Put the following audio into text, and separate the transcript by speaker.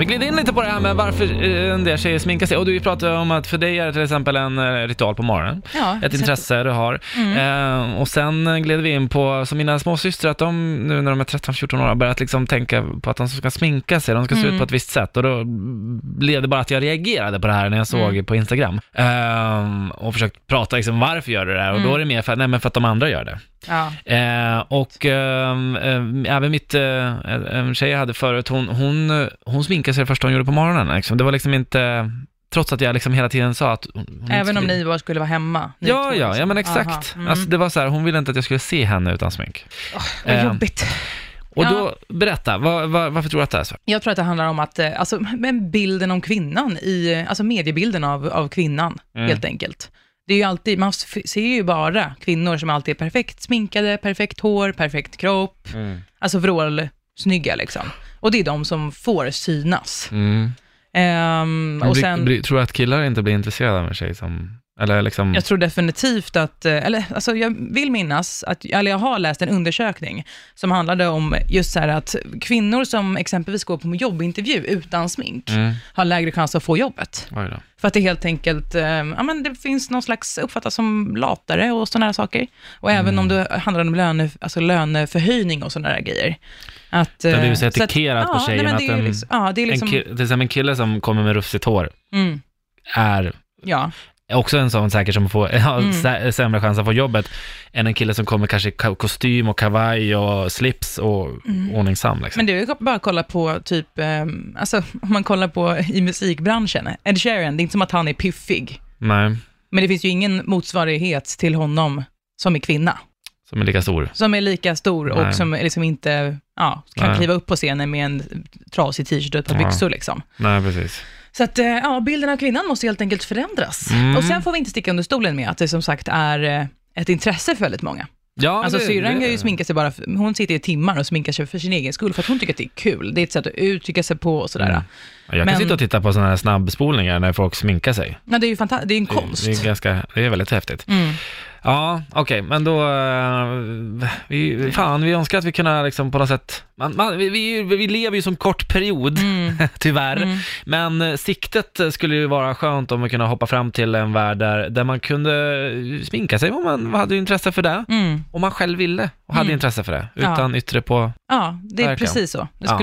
Speaker 1: Vi glider in lite på det här med varför eh, en del tjejer sminkar sig. Och du pratade om att för dig är det till exempel en eh, ritual på morgonen.
Speaker 2: Ja,
Speaker 1: Ett
Speaker 2: så-
Speaker 1: intresse du har. Eh, och sen eh, gled vi in på, som mina småsystrar, att de nu när de är 13-14 år har börjat liksom tänka på att de ska sminka sig, de ska se ut på ett visst sätt. Och då blev det bara att jag reagerade på det här när jag såg på Instagram. Eh, och försökt prata liksom, varför gör du det här? Och då är det mer för, att- nej, men för att de andra gör det.
Speaker 2: Ja.
Speaker 1: Eh, och ehm, ehm, även mitt, eh, en tjej jag hade förut, hon, hon, eh, hon sminkade sig det första hon gjorde på morgonen. Liksom. Det var liksom inte, trots att jag liksom hela tiden sa att hon, hon
Speaker 2: Även
Speaker 1: inte
Speaker 2: om
Speaker 1: skulle-
Speaker 2: ni bara skulle vara hemma. ni två,
Speaker 1: Ja, ja,
Speaker 2: liksom.
Speaker 1: ja men
Speaker 2: Aha.
Speaker 1: exakt.
Speaker 2: Mm.
Speaker 1: Alltså, det var så här, hon ville inte att jag skulle se henne utan smink.
Speaker 2: Vad
Speaker 1: ehm,
Speaker 2: jobbigt.
Speaker 1: Och
Speaker 2: Ja.
Speaker 1: då, berätta, vad- vad- varför tror du att det är så?
Speaker 2: Jag tror att det handlar om att, eh, alltså, men bilden om kvinnan, i, eh, alltså mediebilden av, av kvinnan,
Speaker 1: Mm.
Speaker 2: helt enkelt. Det är ju alltid, man f- ser ju bara kvinnor som alltid är perfekt sminkade, perfekt hår, perfekt kropp,
Speaker 1: Mm.
Speaker 2: alltså vrålsnygga liksom. Och det är de som får synas.
Speaker 1: Mm.
Speaker 2: Ehm, och sen,
Speaker 1: tror du att killar inte blir intresserade av en tjej som, eller liksom...
Speaker 2: jag tror definitivt att, eh, eller alltså jag vill minnas, att, eller jag har läst en undersökning som handlade om just så här att kvinnor som exempelvis går på jobbintervju utan smink
Speaker 1: Mm.
Speaker 2: har lägre chans att få jobbet.
Speaker 1: Oj då.
Speaker 2: För att det helt enkelt, eh, ja men det finns någon slags, uppfattas som latare och sådana här saker. Och
Speaker 1: Mm.
Speaker 2: även om det handlar om löne, alltså löneförhöjning och sådana här grejer. Att,
Speaker 1: har
Speaker 2: eh,
Speaker 1: blivit så
Speaker 2: att-
Speaker 1: etikerat på
Speaker 2: ja,
Speaker 1: tjejen
Speaker 2: nej, men
Speaker 1: att
Speaker 2: det är
Speaker 1: en-
Speaker 2: ju liksom, ja, det är liksom,
Speaker 1: En ki- till exempel en kille som kommer med rufsigt hår
Speaker 2: mm,
Speaker 1: är
Speaker 2: ja,
Speaker 1: är också en sån säkert som får ja,
Speaker 2: Mm.
Speaker 1: sä- sämre chans att få jobbet än en kille som kommer kanske i ka- kostym och kavaj och slips och
Speaker 2: Mm.
Speaker 1: ordningsam. Liksom.
Speaker 2: men det är ju bara att kolla på typ, eh, alltså om man kollar på i musikbranschen, Ed Sheeran, det är inte som att han är piffig,
Speaker 1: Nej,
Speaker 2: men det finns ju ingen motsvarighet till honom som är kvinna.
Speaker 1: som är lika stor.
Speaker 2: Som är lika stor och
Speaker 1: Nej.
Speaker 2: som liksom inte ja, kan
Speaker 1: Nej.
Speaker 2: kliva upp på scenen med en trasig t-shirt och ett par
Speaker 1: Ja.
Speaker 2: byxor. Liksom.
Speaker 1: Nej, precis.
Speaker 2: Så att, eh, ja, bilden av kvinnan måste helt enkelt förändras.
Speaker 1: Mm.
Speaker 2: Och sen får vi inte sticka under stolen med att det som sagt är eh, ett intresse för väldigt många.
Speaker 1: Ja,
Speaker 2: Alltså
Speaker 1: det-
Speaker 2: syrran
Speaker 1: det-
Speaker 2: kan ju sminka sig bara, för, hon sitter i timmar och sminkar sig för sin egen skull, för att hon tycker att det är kul. Det är ett sätt att uttrycka sig på och sådär.
Speaker 1: Mm. Jag kan
Speaker 2: men-
Speaker 1: sitta och titta på sådana här snabbspolningar när folk sminkar sig.
Speaker 2: Ja, det är ju fantastiskt, det är en
Speaker 1: Det-
Speaker 2: konst.
Speaker 1: Det är, ganska, det är väldigt häftigt.
Speaker 2: Mm.
Speaker 1: Ja, okej, men då... eh, vi, fan, vi önskar att vi kunde liksom på något sätt... Man, man, vi, vi, vi lever ju som kort period,
Speaker 2: Mm.
Speaker 1: tyvärr. Men eh, siktet eh, skulle ju vara skönt om man kunde hoppa fram till en värld där, där man kunde eh, sminka sig om man hade intresse för det.
Speaker 2: Mm.
Speaker 1: Om man själv ville och hade intresse för det, utan yttre på
Speaker 2: Ja, det är
Speaker 1: Verkligen.
Speaker 2: precis så. Det
Speaker 1: Ja.
Speaker 2: skulle